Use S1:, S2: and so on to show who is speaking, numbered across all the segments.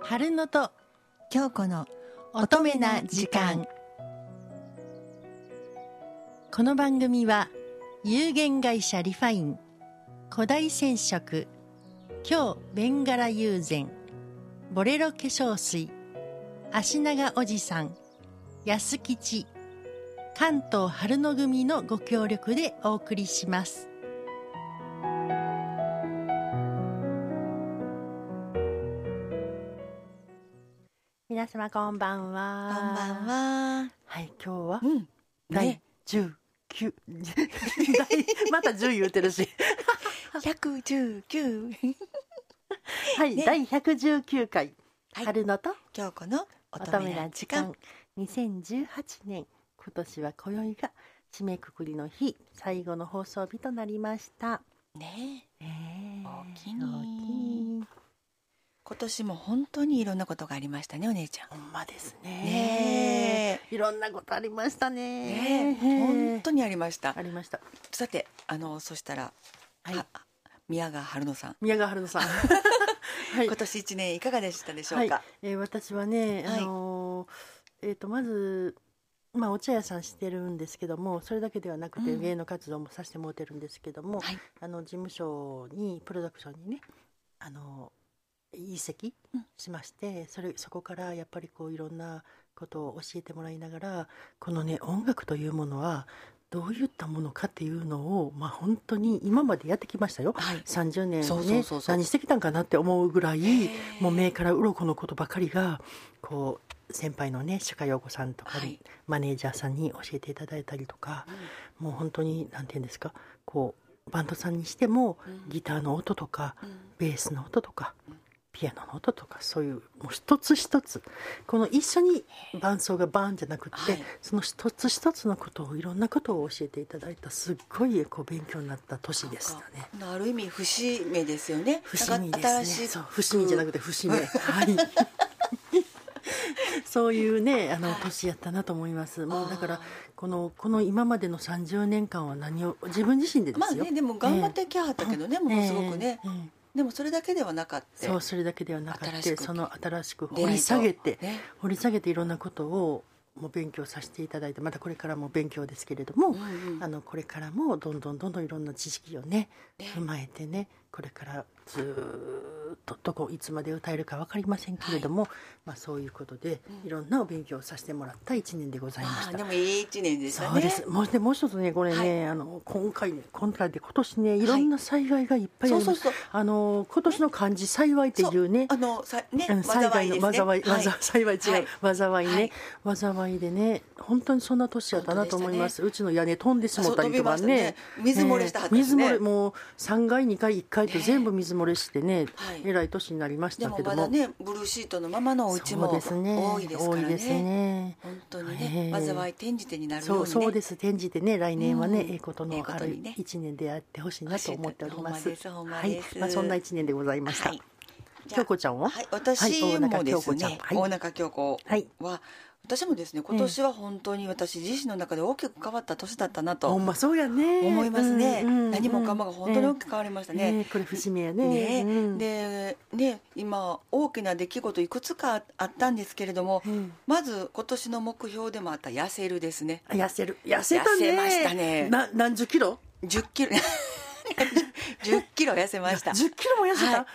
S1: 春野と
S2: 京子の
S1: 乙女な時間この番組は有限会社リファイン古代染色京ベンガラ友禅ボレロ化粧水足長おじさん安吉関東春の組のご協力でお送りします皆様こんばん
S2: こ
S1: は
S2: んばんは
S1: はい今日は
S2: うん
S1: 第
S2: ね
S1: 19 第また10言うてるし
S2: 119
S1: はい、
S2: ね
S1: 第119回、
S2: はい
S1: 春野と
S2: 京子の
S1: 乙
S2: 乙
S1: 女
S2: 女
S1: な
S2: な
S1: 時
S2: 時
S1: 間
S2: 間
S1: 2018年今年は今宵が締めくくりの日最後の放送日となりました
S2: ねえ
S1: ねえ
S2: おおきに
S1: おきに
S2: 今年も本当にいろんなことがありましたねお姉ちゃ
S1: ほんまです
S2: ん
S1: ね
S2: ね
S1: いろんなことありました
S2: え
S1: ね
S2: ねえ本当にありました
S1: ありました
S2: さてあのそしたら
S1: はい
S2: は宮川春乃さん
S1: 宮川春野さんはい
S2: 今年一年いかがでしたでしょうか
S1: えー私はね、
S2: はい
S1: あのーえっ、とまずまあお茶屋さんしてるんですけどもそれだけではなくて
S2: うん
S1: 芸能活動もさせてもらってるんですけども、
S2: はい
S1: あの事務所にプロダクションにねあの移籍
S2: うん
S1: しまして、それそこからやっぱりこういろんなことを教えてもらいながらこのね音楽というものはどういったものかっていうのを、まあ、本当に今までやってきましたよ
S2: はい
S1: 30年ね
S2: そうそうそうそう
S1: 何してきたんかなって思うぐらい
S2: へえ
S1: もう目から鱗のことばかりがこう先輩のね鹿陽子さんとかに、
S2: はい
S1: マネージャーさんに教えていただいたりとかもう本当に何て言うんですかこうバンドさんにしても
S2: うん
S1: ギターの音とか
S2: うん
S1: ベースの音とかピアノの音とかそういうもう一つ一つこの一緒に伴奏がバーンじゃなくって、
S2: はい
S1: その一つ一つのことをいろんなことを教えていただいたすっごいこう勉強になった年でしたね。
S2: ある意味節目ですよね
S1: 伏見で
S2: な
S1: す
S2: んか
S1: ね。
S2: 新しい
S1: そう伏見じゃなくて伏見。はい。 そういうねあの
S2: はい
S1: 年やったなと思います。も
S2: あ
S1: う
S2: ー
S1: だからこのこの今までの30年間は何を自分自身でで
S2: ますあ
S1: よ。
S2: ねでも頑張ってきゃはったけどね、ものすごくね、
S1: ええ。うん
S2: でもそれだけではなかった
S1: そうそれだけではなく
S2: 新
S1: て
S2: しく
S1: その新しく
S2: 出
S1: 掘
S2: 会い
S1: り
S2: と
S1: 下げて
S2: ね、
S1: 掘り下げていろんなことをもう勉強させていただいてまたこれからも勉強ですけれども、
S2: うんうん
S1: あのこれからもどんどんどんどんいろんな知識をね
S2: ね
S1: 踏まえてねこれからずーっとどこいつまで歌えるか分かりませんけれども、まあ、そういうことで
S2: うん
S1: いろんなお勉強をさせてもらった1年でございま
S2: ま
S1: し
S2: あ
S1: た。
S2: でもいい一年でしたね
S1: そうですもうでもう一つねこれね、あの今回ね今回で今年ねいろんな災害がいっぱいあ
S2: そ
S1: りま
S2: うそう
S1: す
S2: そう
S1: あの今年の漢字「幸い」っていうね
S2: あのさね
S1: うん
S2: 災
S1: 災
S2: い
S1: 害
S2: で
S1: の
S2: すね
S1: 災い、
S2: は
S1: 災い、幸い違う、災い
S2: は
S1: ね
S2: い、
S1: 災いでね、本当にそんな年やったなと思います。うちの屋根飛んでしも
S2: そう
S1: た
S2: 飛
S1: り
S2: び
S1: と
S2: ま
S1: か
S2: したね
S1: ね。
S2: 水漏れしたはずです
S1: 水
S2: ね
S1: 漏れ、もう三階、二階、一階と全部水漏れしてね
S2: はい、
S1: えらい年になりまし
S2: で
S1: た
S2: も
S1: けど
S2: まだ
S1: も。
S2: ねブルーシートのままのお家も
S1: そうですね
S2: 多いですか
S1: 多
S2: ら
S1: い
S2: ね
S1: ですね。
S2: 本当に
S1: え
S2: ね
S1: え
S2: 災い転じてになるよう
S1: そ
S2: に
S1: うそ
S2: ね
S1: うです転じてね来年はね、
S2: うん
S1: ええこと
S2: ええ
S1: の
S2: こ
S1: あ
S2: と
S1: る
S2: にね
S1: 一年であってほしいなと思っておりま
S2: ほん
S1: す
S2: まですほんま
S1: は
S2: で
S1: い
S2: す、
S1: まあそんな一年でございました、
S2: はいじゃあ
S1: 京子ちゃんは
S2: は
S1: は
S2: い、
S1: い
S2: 私
S1: 大中
S2: もで
S1: 京
S2: す
S1: 子ちゃん
S2: ね、
S1: はい
S2: 大中京子は、
S1: はい
S2: 私もですね、今年は本当に私自身の中で大きく変わった年だったな
S1: ほ
S2: と
S1: んまそうやね
S2: 思いますね。
S1: うんうんうん
S2: 何もかもが本当に大きく変わりました
S1: ね
S2: ね。
S1: これ節目やね
S2: ね
S1: うん
S2: でね今大きな出来事いくつかあったんですけれども、
S1: うん
S2: まず今年の目標でもあった痩せるですね
S1: あ痩せる痩せたね
S2: 痩せましたね
S1: な何十キロ
S2: 10キロ 10キロ痩せました10
S1: 十キロも痩せた、
S2: はい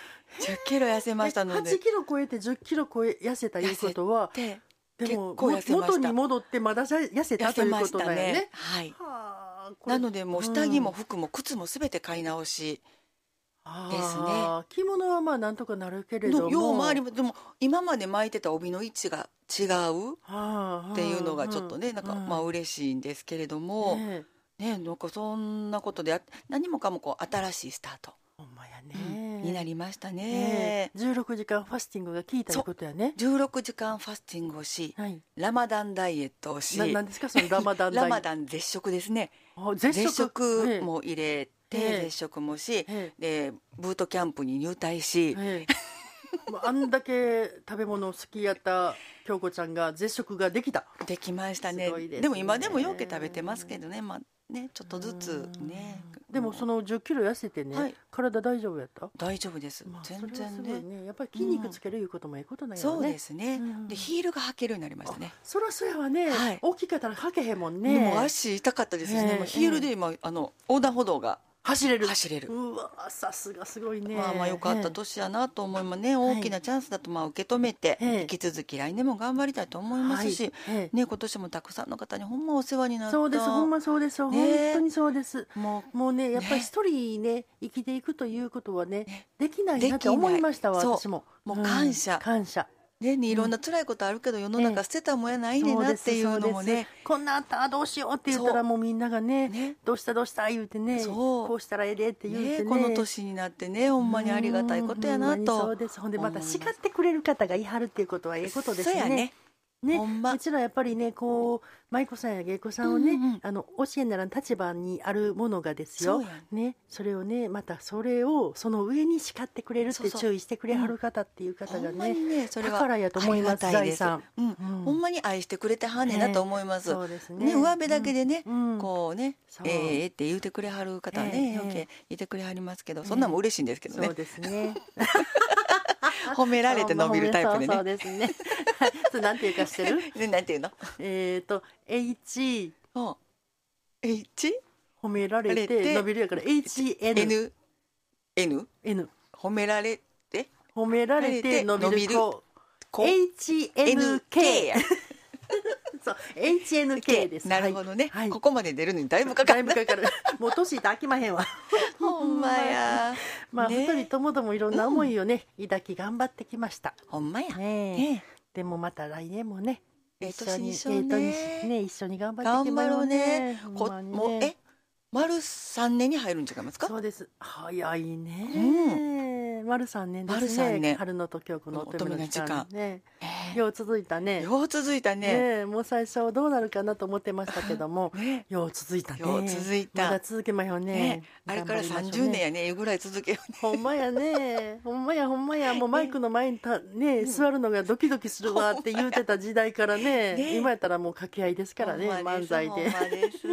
S2: キロ痩せましたの
S1: 8
S2: で
S1: キロ超えて10キロ超え痩せたいうことは
S2: で
S1: でも
S2: 結構痩せました
S1: 元に戻ってまだ痩せた
S2: 痩
S1: と
S2: せ
S1: いう
S2: ま
S1: こ
S2: し
S1: とだ
S2: た
S1: よね
S2: ねはい
S1: はあこれ
S2: なのでもう下着も服も靴もすべて買い直しですね
S1: あー着物はまあなんとかなるけれど
S2: の
S1: も
S2: よう回りもでも今まで巻いてた帯の位置が違う
S1: はあ
S2: っていうのがちょっとね
S1: は
S2: なん
S1: あ
S2: かまあ嬉しいんですけれど
S1: うん
S2: も
S1: ねえ
S2: ねなんかそんなことであ何もかもこう新しいスタート
S1: ほんまや
S2: うん
S1: ね
S2: になりました
S1: ね
S2: ね
S1: え16時間ファスティングが効いたいうことやね
S2: 16時間ファスティングをし
S1: はい
S2: ラマダンダイエットをし
S1: ななんですかそのラマダンダイ
S2: ラマダン絶食ですね
S1: あ絶
S2: 絶食
S1: も
S2: も入れ
S1: ええ
S2: て絶食もし
S1: え
S2: でブートキャンプに入隊し
S1: えええもうあんだけ食べ物好きやった京子ちゃんが絶食ができた
S2: できましたね
S1: すごいですね
S2: でも今でもよく食べてますけどね、まあ、ねちょっとずつね
S1: でもその10キロ痩せてね、
S2: はい
S1: 体大丈夫やった、
S2: 大丈夫です、
S1: まあ、
S2: 全
S1: そ
S2: 然
S1: れはす
S2: ね
S1: ごいねやっぱり筋肉つけるいうこともいいことなんやろ
S2: そう
S1: ね、
S2: で、すね、
S1: うん
S2: でヒールが履けるようになりましたね
S1: そらそうやわね、
S2: はい
S1: 大きかったらかけへんもんね
S2: もう足痛かったですしね、
S1: ねえ
S2: もうヒールで今あの横断歩道が
S1: 走れる
S2: 走れる、
S1: うわさすがすごいね
S2: まあまあ良かった
S1: と
S2: 年やなと思いますね大きなチャンスだとまあ受け止めて、
S1: ええ
S2: 引き続き来年も頑張りたいと思いますし、ね今年もたくさんの方にほんまお世話になった
S1: そうですほんまそうです、
S2: ね
S1: 本当にそうです
S2: も
S1: もうねやっぱり
S2: ね
S1: 一人ね生きていくということはねできない
S2: で
S1: な
S2: きない
S1: って思いましたわ
S2: そう
S1: 私も
S2: もう感謝
S1: ん感謝
S2: うねねいろんな辛いことあるけど世の中捨てたもんやないねん
S1: そ
S2: なっ
S1: です
S2: ていうのも
S1: そで
S2: ね
S1: すこんなんあったあどうしようって言った
S2: そ
S1: ら
S2: う
S1: もうみんながね
S2: ね
S1: どうしたどうした言うてね
S2: そう
S1: こうしたらええでって言うて
S2: ね
S1: ね
S2: この年になってねほんまにありがたいことやな
S1: うんほんまにそ
S2: と
S1: うですほんで
S2: 思
S1: ま
S2: い
S1: た
S2: ます
S1: 叱ってくれる方がいはるっていうことはええことです
S2: そうやね
S1: ね、
S2: ほんま
S1: うちらやっぱりねこう舞子さんや芸子さんをね、
S2: うんうん
S1: あの教えならん立場にあるものがですよ
S2: そうや
S1: ね、それをねまたそれをその上に叱ってくれるっ
S2: そう
S1: て
S2: そう
S1: 注意してくれはる方っていう方
S2: ほ
S1: が
S2: んま
S1: ね
S2: にねそれは
S1: 宝やと思います
S2: ありがたいです
S1: 財産
S2: うん
S1: うん
S2: ほんまに愛してくれてはんねんなと思います、
S1: そうですね
S2: ね、上辺だけでね、
S1: うんうん
S2: こうね
S1: そ
S2: 「
S1: う
S2: えええって言うてくれはる方は
S1: ええ
S2: ね、
S1: ええ
S2: よけいてくれはりますけどそんなんも嬉しいんですけどね
S1: そう、ですね
S2: 褒められて伸びるタイプで
S1: そうそう
S2: ね。
S1: ですね はいそれなんていうかしてる
S2: ねなんていうの
S1: えっと H
S2: うんえいち
S1: 褒められ
S2: 褒めら
S1: て
S2: れて
S1: 伸びるやから HNN
S2: N N 褒められて
S1: 褒められて伸びる
S2: 伸びる
S1: 子
S2: こ
S1: HNK
S2: や
S1: そう HNK です
S2: なるほどね、
S1: はい
S2: ここまで出るのにだいぶかか
S1: だい
S2: る
S1: ぶかかるもう年いって飽きまへんわ
S2: ほんまや
S1: まあ
S2: ね
S1: 二人ともどもいろんな思いをね抱き頑張ってきました
S2: ほんまや、
S1: ねえ
S2: ね
S1: でもまた来年もね
S2: ええ
S1: 一緒に
S2: 年にしようね
S1: ええ年ね一緒に頑張っていき
S2: 頑
S1: ま
S2: 張
S1: し
S2: ろ
S1: ょ
S2: う
S1: う
S2: ね
S1: ねほ
S2: こ
S1: んまにね
S2: もうえ丸三年に入るん違いますか
S1: そうです早いね、丸三年ですね
S2: 丸三年
S1: 春のと京子の乙女の時間ね
S2: ええ
S1: よう続いたね
S2: よう続いた
S1: ね
S2: ね
S1: えもう最初どうなるかなと思ってましたけども
S2: ね
S1: よう続いたね
S2: よう続いた
S1: まだ続けまよね
S2: ねあれから
S1: 頑張りま
S2: 三
S1: しょう
S2: 十
S1: ね
S2: 年やねいうぐらい続けようね
S1: ほんまやねほんまやほんまやもうマイクの前にたね、座るのがドキドキするわって言うてた時代からね
S2: ね
S1: 今やったらもう掛け合いですからね
S2: ほんま
S1: 漫才で
S2: ほんまです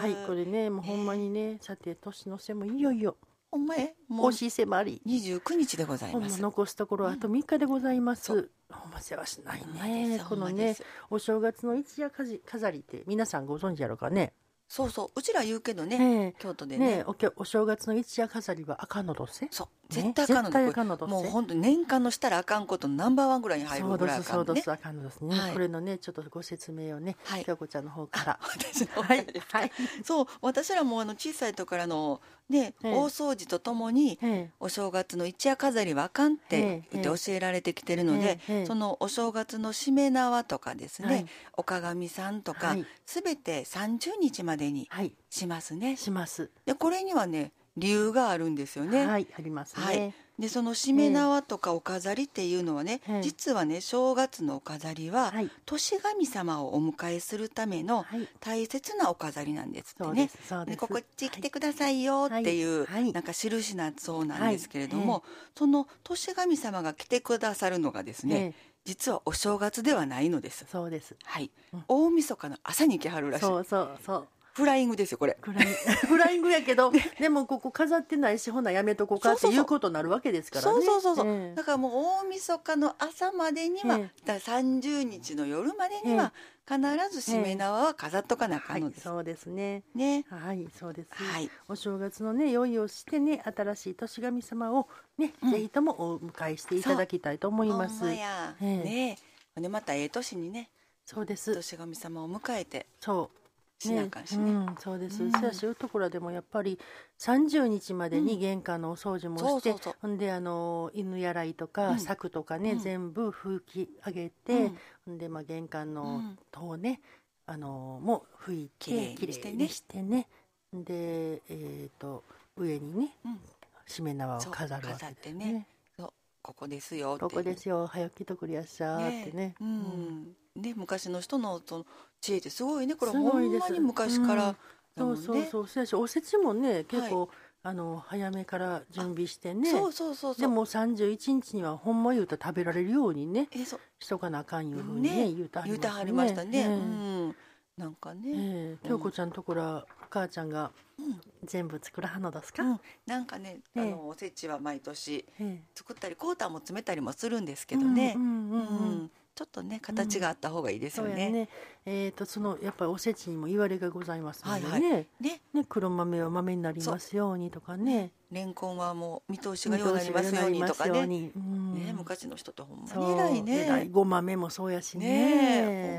S1: はいこれねもうほんまにねさて年の瀬もいよいよ
S2: ほんまえもう
S1: 惜しい迫り
S2: 二十九日でござい
S1: ほん
S2: ま。
S1: ます残すところあと3日でございます、
S2: そ
S1: ほんま世話しない
S2: ほんまで
S1: ね
S2: す
S1: この
S2: ほんまで
S1: ね
S2: す
S1: お正月の一夜かじ飾りって皆さんご存知やろうかね
S2: そうそう、うちら言うけどね、
S1: ね
S2: 京都
S1: え
S2: でね。
S1: ねえおきょお正月の一夜飾りは赤のどせ
S2: そう、絶対あかん
S1: ね
S2: ので
S1: 絶対あかんのどうせ
S2: もう本当年間のしたらあかんことのナンバーワンぐらいに入
S1: そ
S2: る
S1: う
S2: ぐ
S1: ど
S2: らいあ
S1: す
S2: か
S1: そうんど
S2: ね
S1: す。あかんのですね、
S2: はい
S1: これのねちょっとご説明をね、
S2: はい
S1: 京子ちゃんの方から
S2: 私の
S1: は
S2: はいい、
S1: はい
S2: そう私らもあの小さい時からのね、
S1: ええ
S2: 大掃除とともに
S1: え
S2: お正月の一夜飾りはあかんって
S1: ええ
S2: 言って教えられてきてるので、
S1: ええええ
S2: そのお正月のしめ縄とかですね、
S1: はい
S2: お鏡さんとか、
S1: はい
S2: すべて30日までに
S1: はい
S2: しますね
S1: します
S2: でこれにはね理由があるんですよね、
S1: はいありますね、
S2: はい、でそのしめ縄とかお飾りっていうのはね、
S1: ええ
S2: 実はね正月のお飾りは、
S1: はい
S2: 年神様をお迎えするための
S1: はい
S2: 大切なお飾りなんですって
S1: そう
S2: ね。
S1: ですそうです
S2: でここっち来てくださいよっていう、
S1: はいはい
S2: なんか印なそうなんですけれども、その年神様が来てくださるのがですね、
S1: え
S2: 実はお正月ではないのです
S1: え。そうです
S2: はい、
S1: うん
S2: 大晦日の朝に来はるらしい
S1: そうそうそう
S2: フライングですよこれ
S1: フラ インフライングやけど、でもここ飾ってないしほなやめとこうかって
S2: そうそう
S1: い
S2: そう
S1: うことになるわけですからね
S2: そうそうそうそう、
S1: ええ
S2: だからもう大晦日の朝までには、
S1: え
S2: だから30日の夜までには必ずしめ縄は飾っとかなあか
S1: は
S2: んの
S1: い
S2: です、
S1: そうですね
S2: ね
S1: はいそうです、
S2: はい
S1: お正月のね用意をしてね新しい年神様をね、
S2: うん
S1: ぜひともお迎えしていただきたいと思いま
S2: ほん
S1: す
S2: まや、
S1: ええ
S2: ねえでまたええ年にね
S1: そうです
S2: 年神様を迎えて
S1: そう
S2: しなあかんし
S1: う
S2: ね
S1: ん、そうです、
S2: うん
S1: せやしいうところでもやっぱり30日までに玄関のお掃除もして、
S2: そうそうそう
S1: ほんであの犬やらいと
S2: う
S1: か
S2: ん
S1: 柵とかね、
S2: うん
S1: 全部拭き上げて、
S2: うん
S1: ほんでまあ玄関
S2: う
S1: の
S2: ん
S1: 戸をね、あのもう拭い
S2: きれい
S1: て
S2: に
S1: きれ
S2: して
S1: い
S2: ね
S1: にしてねでえっ、と上にね
S2: うん
S1: しめ縄を
S2: そう
S1: 飾るわけ
S2: 飾っ
S1: です
S2: て
S1: ね
S2: ねそうここですよってい
S1: こ
S2: う
S1: こですよ早起きとくりやっしゃーってね
S2: ねえう
S1: うん
S2: んね昔の人のその知恵ってすごいねこれ
S1: す
S2: ほ
S1: ごい
S2: ん
S1: で
S2: ますに昔からだ
S1: そ
S2: も
S1: うん
S2: ね
S1: そうそうそうやしおせちもね結構、あの早めから準備してね
S2: そうそうそうそう
S1: でも31日にはほんま言うたら食べられるようにね
S2: えそう
S1: しとかなあかんいうふうにね
S2: ね
S1: 言うたはり
S2: 言う
S1: ま
S2: て
S1: す
S2: はりましたね。う
S1: え
S2: んなんか
S1: え
S2: ね、
S1: え京子ちゃんところはお母ちゃんが
S2: うん
S1: 全部作らはんのですか、
S2: うんなんかね、
S1: ええ
S2: あのおせちは毎年
S1: ええ
S2: 作ったりコーターも詰めたりもするんですけどね、
S1: う
S2: うん
S1: んうんうんうん
S2: ちょっとね形があった方がいいです
S1: そ
S2: よ
S1: うや
S2: ね。
S1: ね。えっ、とそのやっぱりおせちにも言われがございますのでね。
S2: はいね
S1: ね黒豆は豆になりますようにとかね。
S2: レンコンはもう見通しがようになりますようにと
S1: 見
S2: か
S1: 通しが良う
S2: ね
S1: なりますように
S2: ね
S1: うん
S2: 昔の人ってほんま
S1: そう
S2: に偉いね
S1: 偉いご豆もそうやし
S2: ね
S1: ね。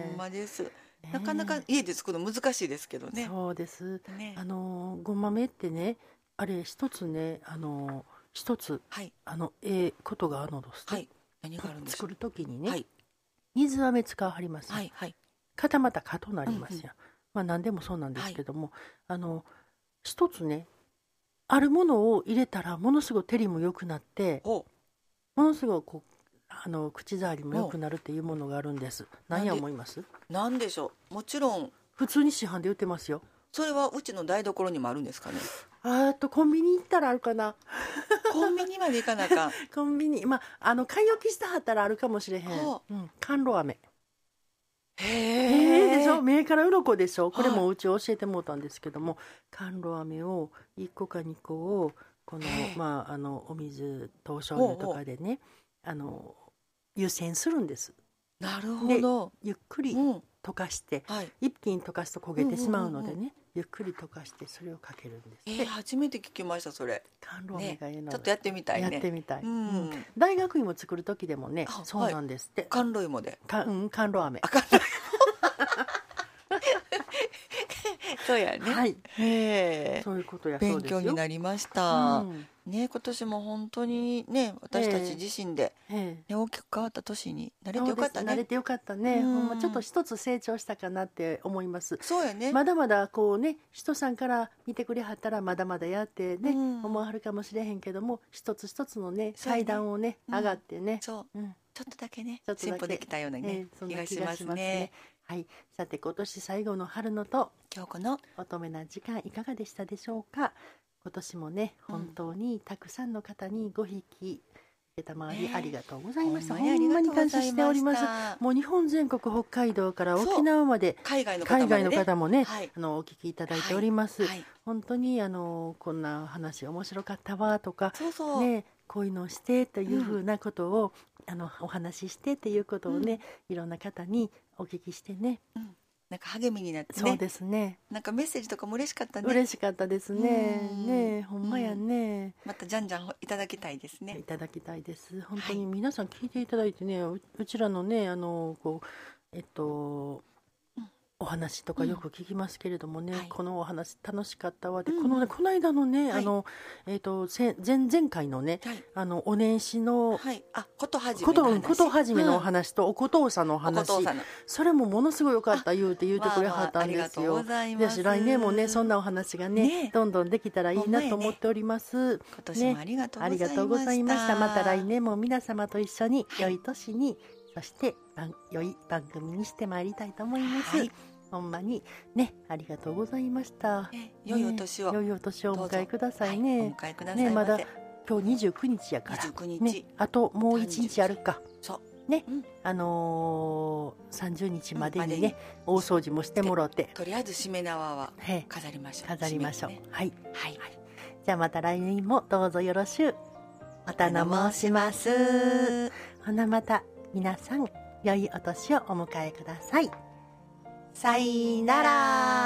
S2: えほんまです、
S1: ね
S2: なかなか家で作るの難しいですけどね
S1: そうです。
S2: ね
S1: あのーご豆ってねあれ一つねあのー一つ
S2: はい
S1: あのええことがあるのどす
S2: はい何があるんです
S1: 作
S2: か
S1: るときにね、
S2: はい
S1: 水飴使わはりますよ、
S2: はいはい
S1: 固まった蚊となりますよ、まあ何でもそうなんですけども、あの一つねあるものを入れたらものすごい照りも良くなって
S2: お
S1: ものすごいこうあの口触りも良くなるっていうものがあるんです何や
S2: なんで
S1: 思います
S2: なんでしょうもちろん
S1: 普通に市販で売ってますよ
S2: それはうちの台所にもあるんですか ね
S1: あーっとコンビニ行ったらあるかな
S2: コンビニまで行かなあかん
S1: コンビニまああの買い置きしたはったらあるかもしれへん、
S2: ほ
S1: うん、甘露飴
S2: へ
S1: え
S2: え
S1: えでしょ目から鱗でしょこれ
S2: は
S1: もうち教えてもうたんですけども甘露飴を1個か2個をこの
S2: へえ
S1: まああのお水とお醤油とかでねあの湯煎するんです
S2: なるほど
S1: ゆっくり
S2: うん
S1: 溶かして
S2: はい
S1: 一気に溶かすと焦げてしまうのでね、
S2: うん
S1: ゆっくり溶かしてそれをかけるんです
S2: え
S1: で
S2: ー、初めて聞きましたそれ
S1: 甘露飴がええの
S2: ち
S1: で
S2: ょっとやってみたいね
S1: やってみたい、
S2: うん
S1: 大学院も作る時でもね
S2: あ
S1: そうなんですって、
S2: 甘露芋で
S1: かうん、甘露飴
S2: あ甘露芋 そうやね
S1: はい
S2: へえ
S1: そういうことやそう
S2: 勉
S1: ですよ
S2: 強になりまし
S1: う
S2: た、
S1: ん
S2: ね今年も本当にね私たち自身で、
S1: ええ
S2: ね、大きく変わった年になれ
S1: そうで
S2: てよかった
S1: す慣れ
S2: ね
S1: てよかったね。
S2: うん
S1: ほんまちょっと一つ成長したかなって思います。
S2: そうやね、
S1: まだまだこうね、人さんから見てくれはったらまだまだやってね、
S2: うん
S1: 思わはるかもしれへんけども、一つ一つのね、
S2: そうね
S1: 階段をね、
S2: うん
S1: 上がってね。
S2: そう
S1: うん
S2: ちょっとだけね
S1: ちょっとだけ
S2: 進歩できたような
S1: え
S2: ね
S1: え、そん
S2: 気
S1: な
S2: が
S1: 気
S2: し
S1: が
S2: ま
S1: し
S2: す
S1: ます
S2: ね
S1: ね。はい。さて今年最後の春のと
S2: 今日この
S1: 乙女な時間いかがでしたでしょうか。今年もね、
S2: うん
S1: 本当にたくさんの方にご引き、賜り
S2: ねえ
S1: ありがとうございました。
S2: ほんまにありがとう
S1: ほんま
S2: ございました
S1: に感謝しております。もう日本全国北海道から
S2: そう
S1: 沖縄まで
S2: 海外の方も、ね、
S1: 海外の方もね
S2: はい
S1: あのお聞きいただいております、
S2: はい
S1: 本当にあのこんな話面白かったわとか、
S2: そうそう、
S1: ね、こういうのをしてというふうなことを、あのお話ししてっていうことをね、いろんな方にお聞きしてね
S2: なんか励みになって
S1: そう
S2: ね
S1: ですね
S2: なんかメッセージとかも嬉しかったね
S1: 嬉しかったですね
S2: うん
S1: ねえほんまやね、
S2: またじゃんじゃんいただきたいです
S1: い
S2: ね
S1: ただきたいです本当に皆さん聞いていただいてねううちらのねあのこうえっと
S2: うん
S1: お話とかよく聞きますけれどもね、
S2: はい
S1: このお話楽しかったわで、
S2: うんうん
S1: このねこの間のね、
S2: は
S1: あ
S2: い
S1: のえっとせ前々回のね
S2: はい
S1: あのお年始の
S2: はいあことはじ
S1: こ
S2: めの
S1: と
S2: 話
S1: ことはじめのお
S2: うん
S1: 話とおことさんのお話、
S2: おことさんの
S1: それもものすごい良かった言うて言うてくれはったんで
S2: まあまあありが
S1: す
S2: とう
S1: よ。
S2: ござい
S1: で
S2: ます
S1: し来年もねそんなお話がね
S2: ねえ
S1: どんどんできたらいい
S2: ほんま
S1: な
S2: やね
S1: と思っております。
S2: 今年もありがとう
S1: ありがとう
S2: ご
S1: ご
S2: ざ
S1: ざ
S2: い
S1: い
S2: ま
S1: ま
S2: し。
S1: したた。また来年も皆様と一緒に良い年に、そして番良い番組にしてまいりたいと思います。
S2: はい
S1: ほんまにねありがとうございました。
S2: ね良いお年を、
S1: ね良いお年をお迎えください
S2: はいお
S1: ね。
S2: 迎えくださ
S1: ね
S2: いませ。
S1: まだ今日二十九日やから。
S2: 29日、
S1: ねあともう一日あるか。
S2: そう
S1: あの三、十日まで
S2: うん
S1: に
S2: までに
S1: ね、大掃除もしてもろうて、
S2: とりあえず締め縄は
S1: はい
S2: 飾りましょう。
S1: 飾りましょう。
S2: 締めのね
S1: はい。
S2: はい。
S1: じゃあまた来年もどうぞよろしゅう。またの申します。ほなまた皆さん良いお年をお迎えください。さいなら